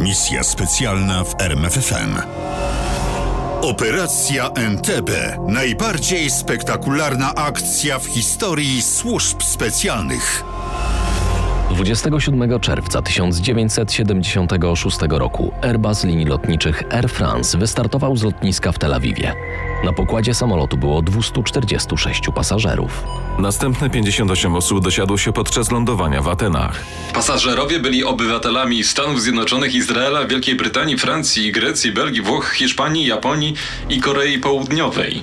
Misja specjalna w RMFFM. Operacja Entebbe. Najbardziej spektakularna akcja w historii służb specjalnych. 27 czerwca 1976 roku Airbus linii lotniczych Air France wystartował z lotniska w Tel Awiwie. Na pokładzie samolotu było 246 pasażerów. Następne 58 osób dosiadło się podczas lądowania w Atenach. Pasażerowie byli obywatelami Stanów Zjednoczonych, Izraela, Wielkiej Brytanii, Francji, Grecji, Belgii, Włoch, Hiszpanii, Japonii i Korei Południowej.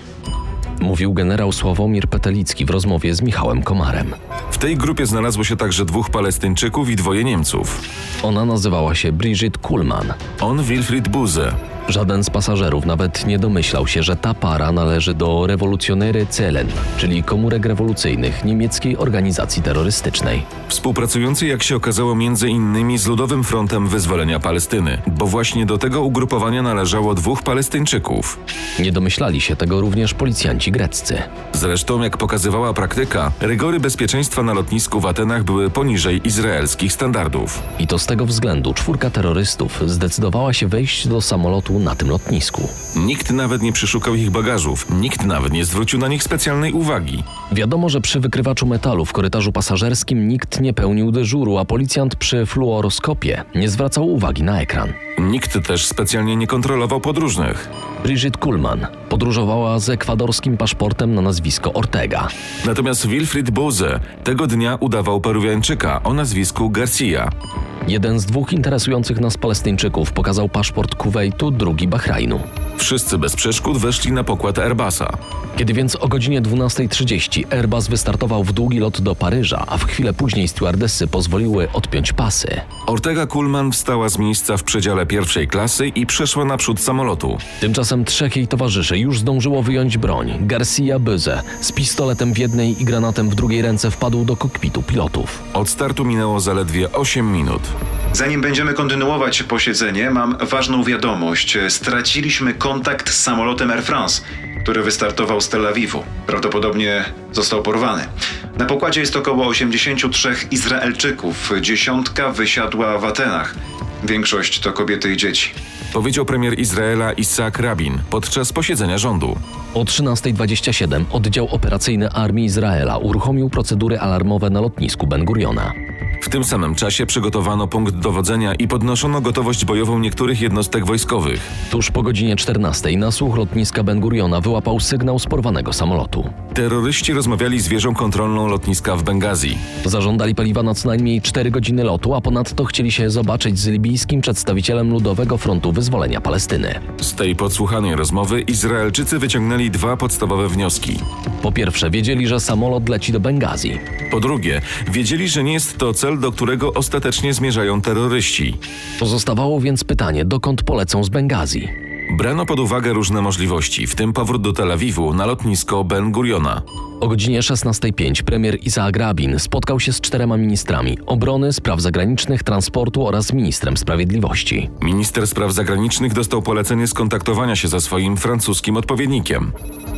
Mówił generał Sławomir Petelicki w rozmowie z Michałem Komarem. W tej grupie znalazło się także dwóch Palestyńczyków i dwoje Niemców. Ona nazywała się Brigitte Kuhlmann. On Wilfried Buze. Żaden z pasażerów nawet nie domyślał się, że ta para należy do rewolucjonery Zelen, czyli komórek rewolucyjnych niemieckiej organizacji terrorystycznej. Współpracujący, jak się okazało, między innymi z Ludowym Frontem Wyzwolenia Palestyny, bo właśnie do tego ugrupowania należało dwóch Palestyńczyków. Nie domyślali się tego również policjanci greccy. Zresztą, jak pokazywała praktyka, rygory bezpieczeństwa na lotnisku w Atenach były poniżej izraelskich standardów. I to z tego względu czwórka terrorystów zdecydowała się wejść do samolotu na tym lotnisku. Nikt nawet nie przeszukał ich bagażów, nikt nawet nie zwrócił na nich specjalnej uwagi. Wiadomo, że przy wykrywaczu metalu w korytarzu pasażerskim nikt nie pełnił dyżuru, a policjant przy fluoroskopie nie zwracał uwagi na ekran. Nikt też specjalnie nie kontrolował podróżnych. Brigitte Kuhlmann podróżowała z ekwadorskim paszportem na nazwisko Ortega. Natomiast Wilfried Bose tego dnia udawał Peruwiańczyka o nazwisku Garcia. Jeden z dwóch interesujących nas Palestyńczyków pokazał paszport Kuwejtu, drugi Bahrajnu. Wszyscy bez przeszkód weszli na pokład Airbusa. Kiedy więc o godzinie 12.30 Airbus wystartował w długi lot do Paryża, a w chwilę później stewardessy pozwoliły odpiąć pasy, Ortega Kuhlmann wstała z miejsca w przedziale pierwszej klasy i przeszła naprzód samolotu. Tymczasem trzech jej towarzyszy już zdążyło wyjąć broń. Garcia Byze z pistoletem w jednej i granatem w drugiej ręce wpadł do kokpitu pilotów. Od startu minęło zaledwie 8 minut. Zanim będziemy kontynuować posiedzenie, mam ważną wiadomość. Straciliśmy kontakt z samolotem Air France, który wystartował z Tel Awiwu. Prawdopodobnie został porwany. Na pokładzie jest około 83 Izraelczyków. Dziesiątka wysiadła w Atenach. Większość to kobiety i dzieci. Powiedział premier Izraela Isaac Rabin podczas posiedzenia rządu. O 13.27 oddział operacyjny Armii Izraela uruchomił procedury alarmowe na lotnisku Ben Guriona. W tym samym czasie przygotowano punkt dowodzenia i podnoszono gotowość bojową niektórych jednostek wojskowych. Tuż po godzinie 14 na słuch lotniska Ben Guriona wyłapał sygnał z porwanego samolotu. Terroryści rozmawiali z wieżą kontrolną lotniska w Bengazji. Zażądali paliwa na co najmniej 4 godziny lotu, a ponadto chcieli się zobaczyć z libijskim przedstawicielem Ludowego Frontu Wyzwolenia Palestyny. Z tej podsłuchanej rozmowy Izraelczycy wyciągnęli dwa podstawowe wnioski. Po pierwsze, wiedzieli, że samolot leci do Bengazji. Po drugie, wiedzieli, że nie jest to cel, do którego ostatecznie zmierzają terroryści. Pozostawało więc pytanie, dokąd polecą z Bengazji. Brano pod uwagę różne możliwości, w tym powrót do Tel Awiwu na lotnisko Ben Guriona. O godzinie 16.05 premier Izaak Rabin spotkał się z czterema ministrami obrony, spraw zagranicznych, transportu oraz ministrem sprawiedliwości. Minister spraw zagranicznych dostał polecenie skontaktowania się ze swoim francuskim odpowiednikiem.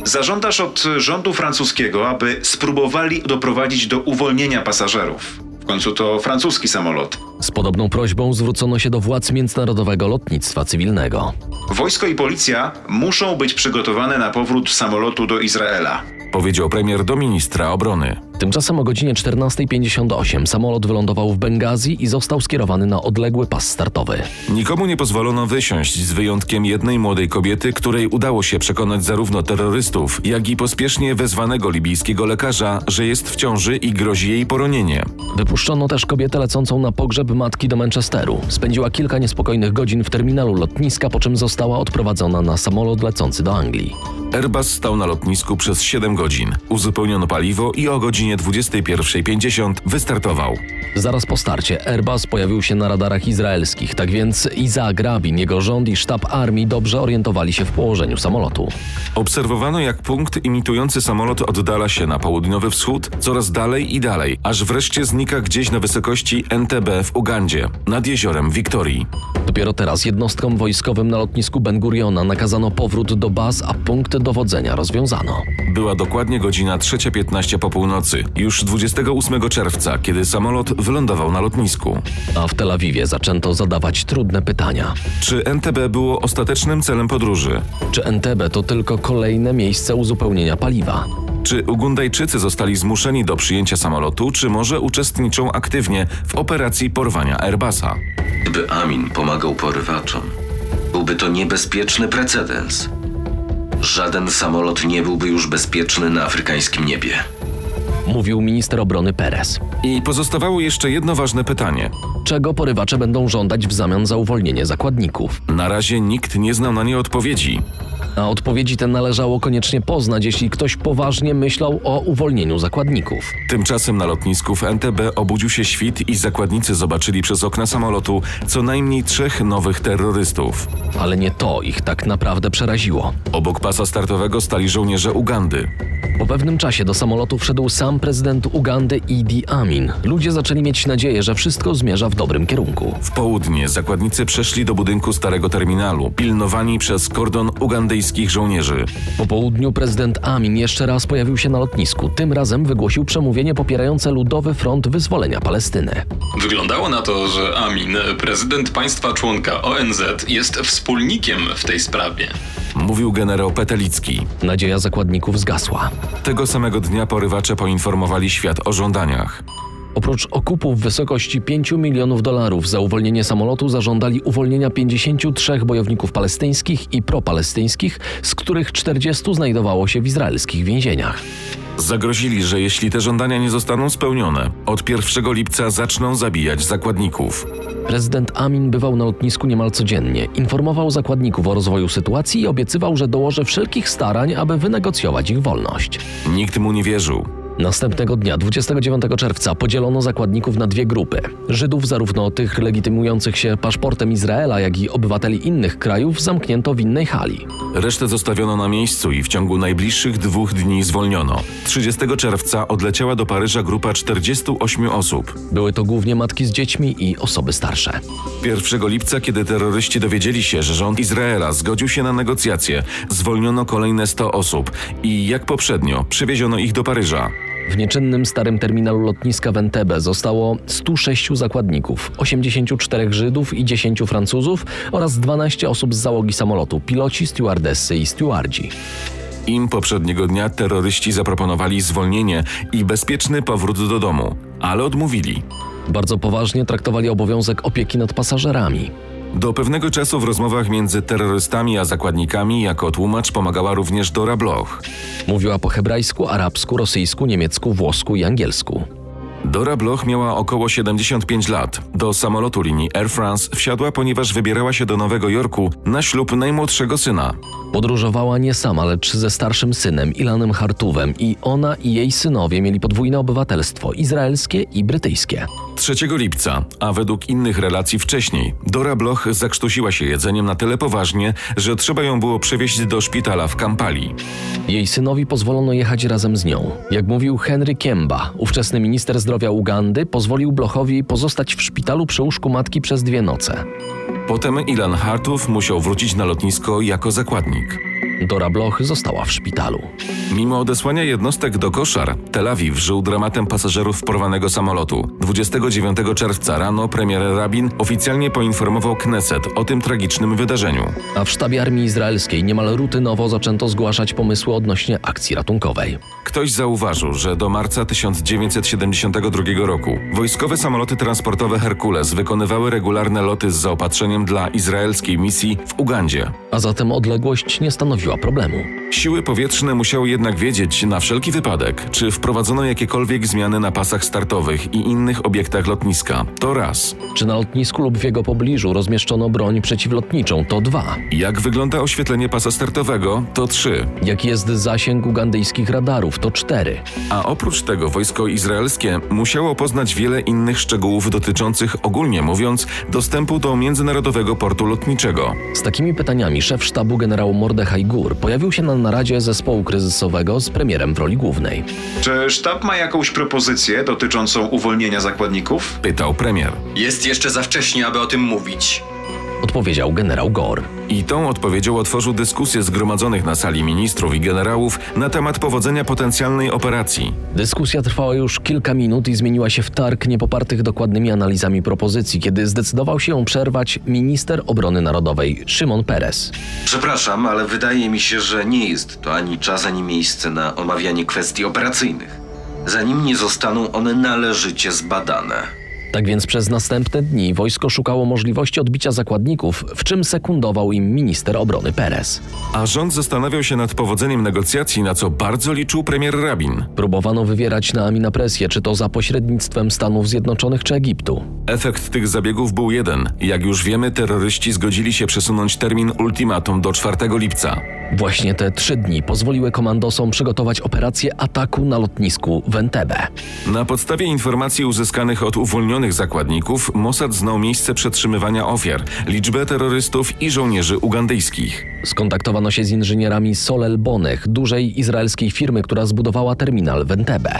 Zażądasz od rządu francuskiego, aby spróbowali doprowadzić do uwolnienia pasażerów. W końcu to francuski samolot. Z podobną prośbą zwrócono się do władz międzynarodowego lotnictwa cywilnego. Wojsko i policja muszą być przygotowane na powrót samolotu do Izraela. Powiedział premier do ministra obrony. Tymczasem o godzinie 14.58 samolot wylądował w Bengazji i został skierowany na odległy pas startowy. Nikomu nie pozwolono wysiąść, z wyjątkiem jednej młodej kobiety, której udało się przekonać zarówno terrorystów, jak i pospiesznie wezwanego libijskiego lekarza, że jest w ciąży i grozi jej poronienie. Wypuszczono też kobietę lecącą na pogrzeb matki do Manchesteru. Spędziła kilka niespokojnych godzin w terminalu lotniska, po czym została odprowadzona na samolot lecący do Anglii. Airbus stał na lotnisku przez 7 godzin. Uzupełniono paliwo i o godzinie 21.50 wystartował. Zaraz po starcie Airbus pojawił się na radarach izraelskich, tak więc Izaak Rabin, jego rząd i sztab armii dobrze orientowali się w położeniu samolotu. Obserwowano, jak punkt imitujący samolot oddala się na południowy wschód, coraz dalej i dalej, aż wreszcie znika gdzieś na wysokości NTB w Ugandzie, nad jeziorem Wiktorii. Dopiero teraz jednostkom wojskowym na lotnisku Ben Guriona nakazano powrót do baz, a punkt dowodzenia rozwiązano. Była dokładnie godzina 3.15 po północy, nocy, już 28 czerwca, kiedy samolot wylądował na lotnisku. A w Tel Awiwie zaczęto zadawać trudne pytania. Czy NTB było ostatecznym celem podróży? Czy Entebbe to tylko kolejne miejsce uzupełnienia paliwa? Czy Ugundajczycy zostali zmuszeni do przyjęcia samolotu, czy może uczestniczą aktywnie w operacji porwania Airbusa? Gdyby Amin pomagał porywaczom, byłby to niebezpieczny precedens. Żaden samolot nie byłby już bezpieczny na afrykańskim niebie. Mówił minister obrony Perez. I pozostawało jeszcze jedno ważne pytanie. Czego porywacze będą żądać w zamian za uwolnienie zakładników? Na razie nikt nie znał na nie odpowiedzi. A odpowiedzi te należało koniecznie poznać, jeśli ktoś poważnie myślał o uwolnieniu zakładników. Tymczasem na lotnisku w NTB obudził się świt i zakładnicy zobaczyli przez okna samolotu co najmniej trzech nowych terrorystów. Ale nie to ich tak naprawdę przeraziło. Obok pasa startowego stali żołnierze Ugandy. Po pewnym czasie do samolotu wszedł sam prezydent Ugandy Idi Amin. Ludzie zaczęli mieć nadzieję, że wszystko zmierza w dobrym kierunku. W południe zakładnicy przeszli do budynku starego terminalu, pilnowani przez kordon ugandyjskich żołnierzy. Po południu prezydent Amin jeszcze raz pojawił się na lotnisku. Tym razem wygłosił przemówienie popierające Ludowy Front Wyzwolenia Palestyny. Wyglądało na to, że Amin, prezydent państwa członka ONZ, jest wspólnikiem w tej sprawie. Mówił generał Petelicki. Nadzieja zakładników zgasła. Tego samego dnia porywacze poinformowali świat o żądaniach. Oprócz okupów w wysokości 5 milionów dolarów za uwolnienie samolotu zażądali uwolnienia 53 bojowników palestyńskich i propalestyńskich, z których 40 znajdowało się w izraelskich więzieniach. Zagrozili, że jeśli te żądania nie zostaną spełnione, od 1 lipca zaczną zabijać zakładników. Prezydent Amin bywał na lotnisku niemal codziennie, informował zakładników o rozwoju sytuacji i obiecywał, że dołoży wszelkich starań, aby wynegocjować ich wolność. Nikt mu nie wierzył. Następnego dnia, 29 czerwca, podzielono zakładników na dwie grupy. Żydów, zarówno tych legitymujących się paszportem Izraela, jak i obywateli innych krajów, zamknięto w innej hali. Resztę zostawiono na miejscu i w ciągu najbliższych dwóch dni zwolniono. 30 czerwca odleciała do Paryża grupa 48 osób. Były to głównie matki z dziećmi i osoby starsze. 1 lipca, kiedy terroryści dowiedzieli się, że rząd Izraela zgodził się na negocjacje, zwolniono kolejne 100 osób i jak poprzednio przywieziono ich do Paryża. W nieczynnym starym terminalu lotniska w Entebbe zostało 106 zakładników, 84 Żydów i 10 Francuzów oraz 12 osób z załogi samolotu, piloci, stewardessy i stewardzi. Im poprzedniego dnia terroryści zaproponowali zwolnienie i bezpieczny powrót do domu, ale odmówili. Bardzo poważnie traktowali obowiązek opieki nad pasażerami. Do pewnego czasu w rozmowach między terrorystami a zakładnikami jako tłumacz pomagała również Dora Bloch. Mówiła po hebrajsku, arabsku, rosyjsku, niemiecku, włosku i angielsku. Dora Bloch miała około 75 lat. Do samolotu linii Air France wsiadła, ponieważ wybierała się do Nowego Jorku na ślub najmłodszego syna. Podróżowała nie sama, lecz ze starszym synem Ilanem Hartuwem i ona i jej synowie mieli podwójne obywatelstwo izraelskie i brytyjskie. 3 lipca, a według innych relacji wcześniej, Dora Bloch zakrztusiła się jedzeniem na tyle poważnie, że trzeba ją było przewieźć do szpitala w Kampali. Jej synowi pozwolono jechać razem z nią. Jak mówił Henry Kiemba, ówczesny minister zdrowia Ugandy, pozwolił Blochowi pozostać w szpitalu przy łóżku matki przez dwie noce. Potem Ilan Hartów musiał wrócić na lotnisko jako zakładnik. Dora Bloch została w szpitalu. Mimo odesłania jednostek do koszar, Tel Awiw żył dramatem pasażerów porwanego samolotu. 29 czerwca rano premier Rabin oficjalnie poinformował Kneset o tym tragicznym wydarzeniu. A w sztabie armii izraelskiej niemal rutynowo zaczęto zgłaszać pomysły odnośnie akcji ratunkowej. Ktoś zauważył, że do marca 1972 roku wojskowe samoloty transportowe Herkules wykonywały regularne loty z zaopatrzeniem dla izraelskiej misji w Ugandzie. A zatem odległość nie stanowiła problemu. Siły powietrzne musiały jednak wiedzieć na wszelki wypadek, czy wprowadzono jakiekolwiek zmiany na pasach startowych i innych obiektach lotniska. To raz. Czy na lotnisku lub w jego pobliżu rozmieszczono broń przeciwlotniczą? To dwa. Jak wygląda oświetlenie pasa startowego? To trzy. Jaki jest zasięg ugandyjskich radarów? To cztery. A oprócz tego wojsko izraelskie musiało poznać wiele innych szczegółów dotyczących, ogólnie mówiąc, dostępu do międzynarodowego portu lotniczego. Z takimi pytaniami szef sztabu generał Mordechaj Gur pojawił się na naradzie zespołu kryzysowego z premierem w roli głównej. Czy sztab ma jakąś propozycję dotyczącą uwolnienia zakładników? Pytał premier. Jest jeszcze za wcześnie, aby o tym mówić. odpowiedział generał Gore. I tą odpowiedzią otworzył dyskusję zgromadzonych na sali ministrów i generałów na temat powodzenia potencjalnej operacji. Dyskusja trwała już kilka minut i zmieniła się w targ niepopartych dokładnymi analizami propozycji, kiedy zdecydował się ją przerwać minister obrony narodowej Szymon Peres. Przepraszam, ale wydaje mi się, że nie jest to ani czas, ani miejsce na omawianie kwestii operacyjnych, zanim nie zostaną one należycie zbadane. Tak więc przez następne dni wojsko szukało możliwości odbicia zakładników, w czym sekundował im minister obrony Peres. A rząd zastanawiał się nad powodzeniem negocjacji, na co bardzo liczył premier Rabin. Próbowano wywierać na Amina presję, czy to za pośrednictwem Stanów Zjednoczonych czy Egiptu. Efekt tych zabiegów był jeden. Jak już wiemy, terroryści zgodzili się przesunąć termin ultimatum do 4 lipca. Właśnie te trzy dni pozwoliły komandosom przygotować operację ataku na lotnisku w Entebbe. Na podstawie informacji uzyskanych od uwolnionych zakładników, Mossad znał miejsce przetrzymywania ofiar, liczbę terrorystów i żołnierzy ugandyjskich. Skontaktowano się z inżynierami Solel Bonech, dużej izraelskiej firmy, która zbudowała terminal w Entebbe.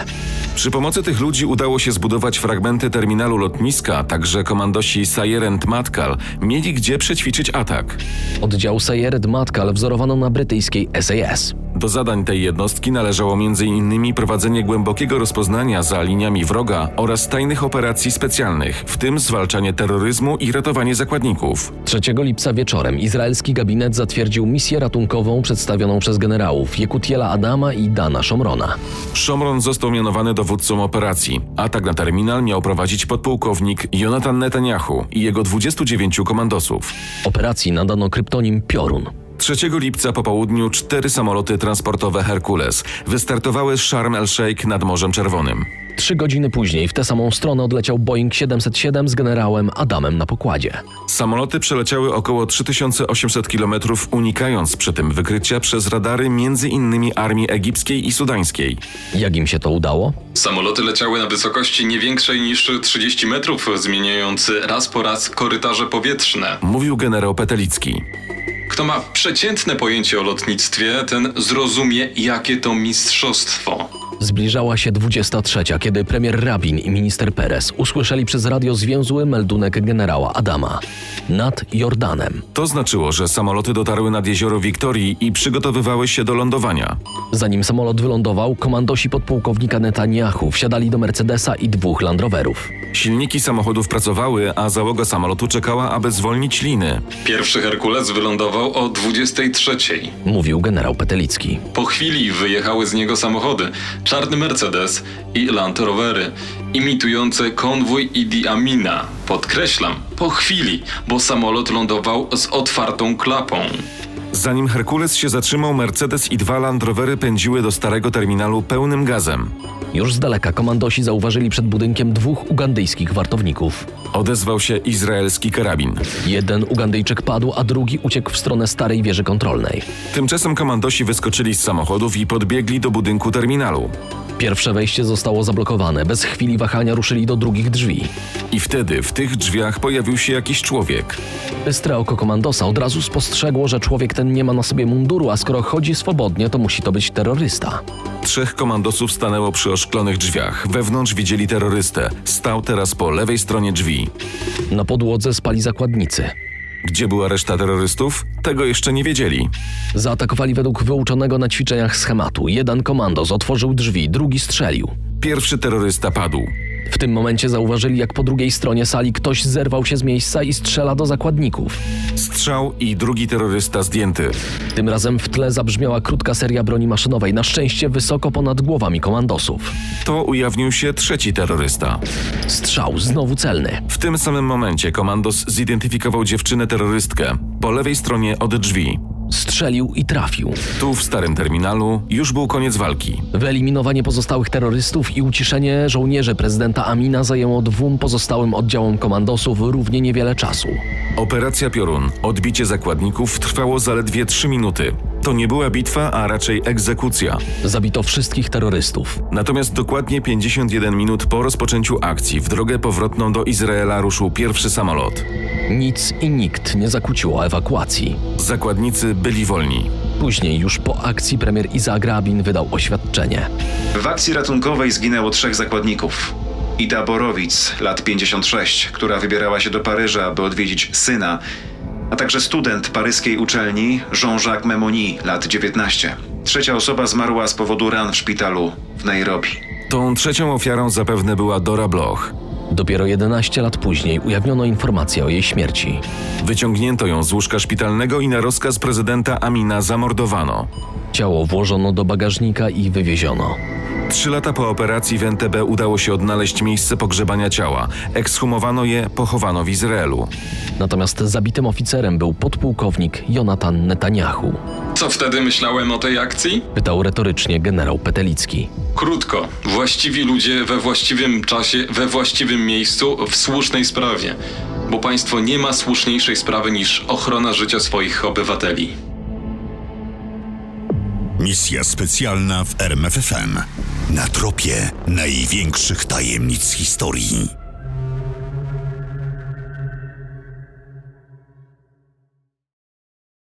Przy pomocy tych ludzi udało się zbudować fragmenty terminalu lotniska, także komandosi Sayerent Matkal mieli gdzie przećwiczyć atak. Oddział Sayeret Matkal wzorowano na brytyjskiej SAS. Do zadań tej jednostki należało m.in. prowadzenie głębokiego rozpoznania za liniami wroga oraz tajnych operacji specjalnych, w tym zwalczanie terroryzmu i ratowanie zakładników. 3 lipca wieczorem izraelski gabinet zatwierdził misję ratunkową przedstawioną przez generałów Jekutiela Adama i Dana Szomrona. Szomron został mianowany dowódcą operacji. Atak na terminal miał prowadzić podpułkownik Jonathan Netanyahu i jego 29 komandosów. Operacji nadano kryptonim Piorun. 3 lipca po południu cztery samoloty transportowe Herkules wystartowały z Sharm el-Sheikh nad Morzem Czerwonym. Trzy godziny później w tę samą stronę odleciał Boeing 707 z generałem Adamem na pokładzie. Samoloty przeleciały około 3800 km, unikając przy tym wykrycia przez radary między innymi armii egipskiej i sudańskiej. Jak im się to udało? Samoloty leciały na wysokości nie większej niż 30 metrów, zmieniając raz po raz korytarze powietrzne. Mówił generał Petelicki. Kto ma przeciętne pojęcie o lotnictwie, ten zrozumie, jakie to mistrzostwo. Zbliżała się 23, kiedy premier Rabin i minister Perez usłyszeli przez radio zwięzły meldunek generała Adama nad Jordanem. To znaczyło, że samoloty dotarły nad jezioro Wiktorii i przygotowywały się do lądowania. Zanim samolot wylądował, komandosi podpułkownika Netanyahu wsiadali do Mercedesa i dwóch Land Roverów. Silniki samochodów pracowały, a załoga samolotu czekała, aby zwolnić liny. Pierwszy Herkules wylądował o 23.00. Mówił generał Petelicki. Po chwili wyjechały z niego samochody, czarny Mercedes i Land Rovery, imitujące konwój Idi Amina. Podkreślam, po chwili, bo samolot lądował z otwartą klapą. Zanim Herkules się zatrzymał, Mercedes i dwa Land Rovery pędziły do starego terminalu pełnym gazem. Już z daleka komandosi zauważyli przed budynkiem dwóch ugandyjskich wartowników. Odezwał się izraelski karabin. Jeden Ugandyjczyk padł, a drugi uciekł w stronę starej wieży kontrolnej. Tymczasem komandosi wyskoczyli z samochodów i podbiegli do budynku terminalu. Pierwsze wejście zostało zablokowane, bez chwili wahania ruszyli do drugich drzwi. I wtedy w tych drzwiach pojawił się jakiś człowiek. Bystre oko komandosa od razu spostrzegło, że człowiek ten nie ma na sobie munduru, a skoro chodzi swobodnie, to musi to być terrorysta. Trzech komandosów stanęło przy oszklonych drzwiach. Wewnątrz widzieli terrorystę. Stał teraz po lewej stronie drzwi. Na podłodze spali zakładnicy. Gdzie była reszta terrorystów? Tego jeszcze nie wiedzieli. Zaatakowali według wyuczonego na ćwiczeniach schematu. Jeden komandos otworzył drzwi, drugi strzelił. Pierwszy terrorysta padł. W tym momencie zauważyli, jak po drugiej stronie sali ktoś zerwał się z miejsca i strzela do zakładników. Strzał i drugi terrorysta zdjęty. Tym razem w tle zabrzmiała krótka seria broni maszynowej, na szczęście wysoko ponad głowami komandosów. To ujawnił się trzeci terrorysta. Strzał znowu celny. W tym samym momencie komandos zidentyfikował dziewczynę terrorystkę po lewej stronie od drzwi. Strzelił i trafił. Tu w starym terminalu już był koniec walki. Wyeliminowanie pozostałych terrorystów i uciszenie żołnierzy prezydenta Amina zajęło dwóm pozostałym oddziałom komandosów równie niewiele czasu. Operacja Piorun, odbicie zakładników trwało zaledwie 3 minuty. To nie była bitwa, a raczej egzekucja. Zabito wszystkich terrorystów. Natomiast dokładnie 51 minut po rozpoczęciu akcji w drogę powrotną do Izraela ruszył pierwszy samolot. Nic i nikt nie zakłóciło ewakuacji. Zakładnicy byli wolni. Później, już po akcji, premier Izaak Rabin wydał oświadczenie. W akcji ratunkowej zginęło trzech zakładników. Ida Borowic, lat 56, która wybierała się do Paryża, aby odwiedzić syna, a także student paryskiej uczelni Jean-Jacques Memoni, lat 19. Trzecia osoba zmarła z powodu ran w szpitalu w Nairobi. Tą trzecią ofiarą zapewne była Dora Bloch. Dopiero 11 lat później ujawniono informację o jej śmierci. Wyciągnięto ją z łóżka szpitalnego i na rozkaz prezydenta Amina zamordowano. Ciało włożono do bagażnika i wywieziono. Trzy lata po operacji w NTB udało się odnaleźć miejsce pogrzebania ciała. Ekshumowano je, pochowano w Izraelu. Natomiast zabitym oficerem był podpułkownik Jonatan Netanyahu. Co wtedy myślałem o tej akcji? Pytał retorycznie generał Petelicki. Krótko, właściwi ludzie we właściwym czasie, we właściwym miejscu, w słusznej sprawie. Bo państwo nie ma słuszniejszej sprawy niż ochrona życia swoich obywateli. Misja specjalna w RMFFM. Na tropie największych tajemnic historii.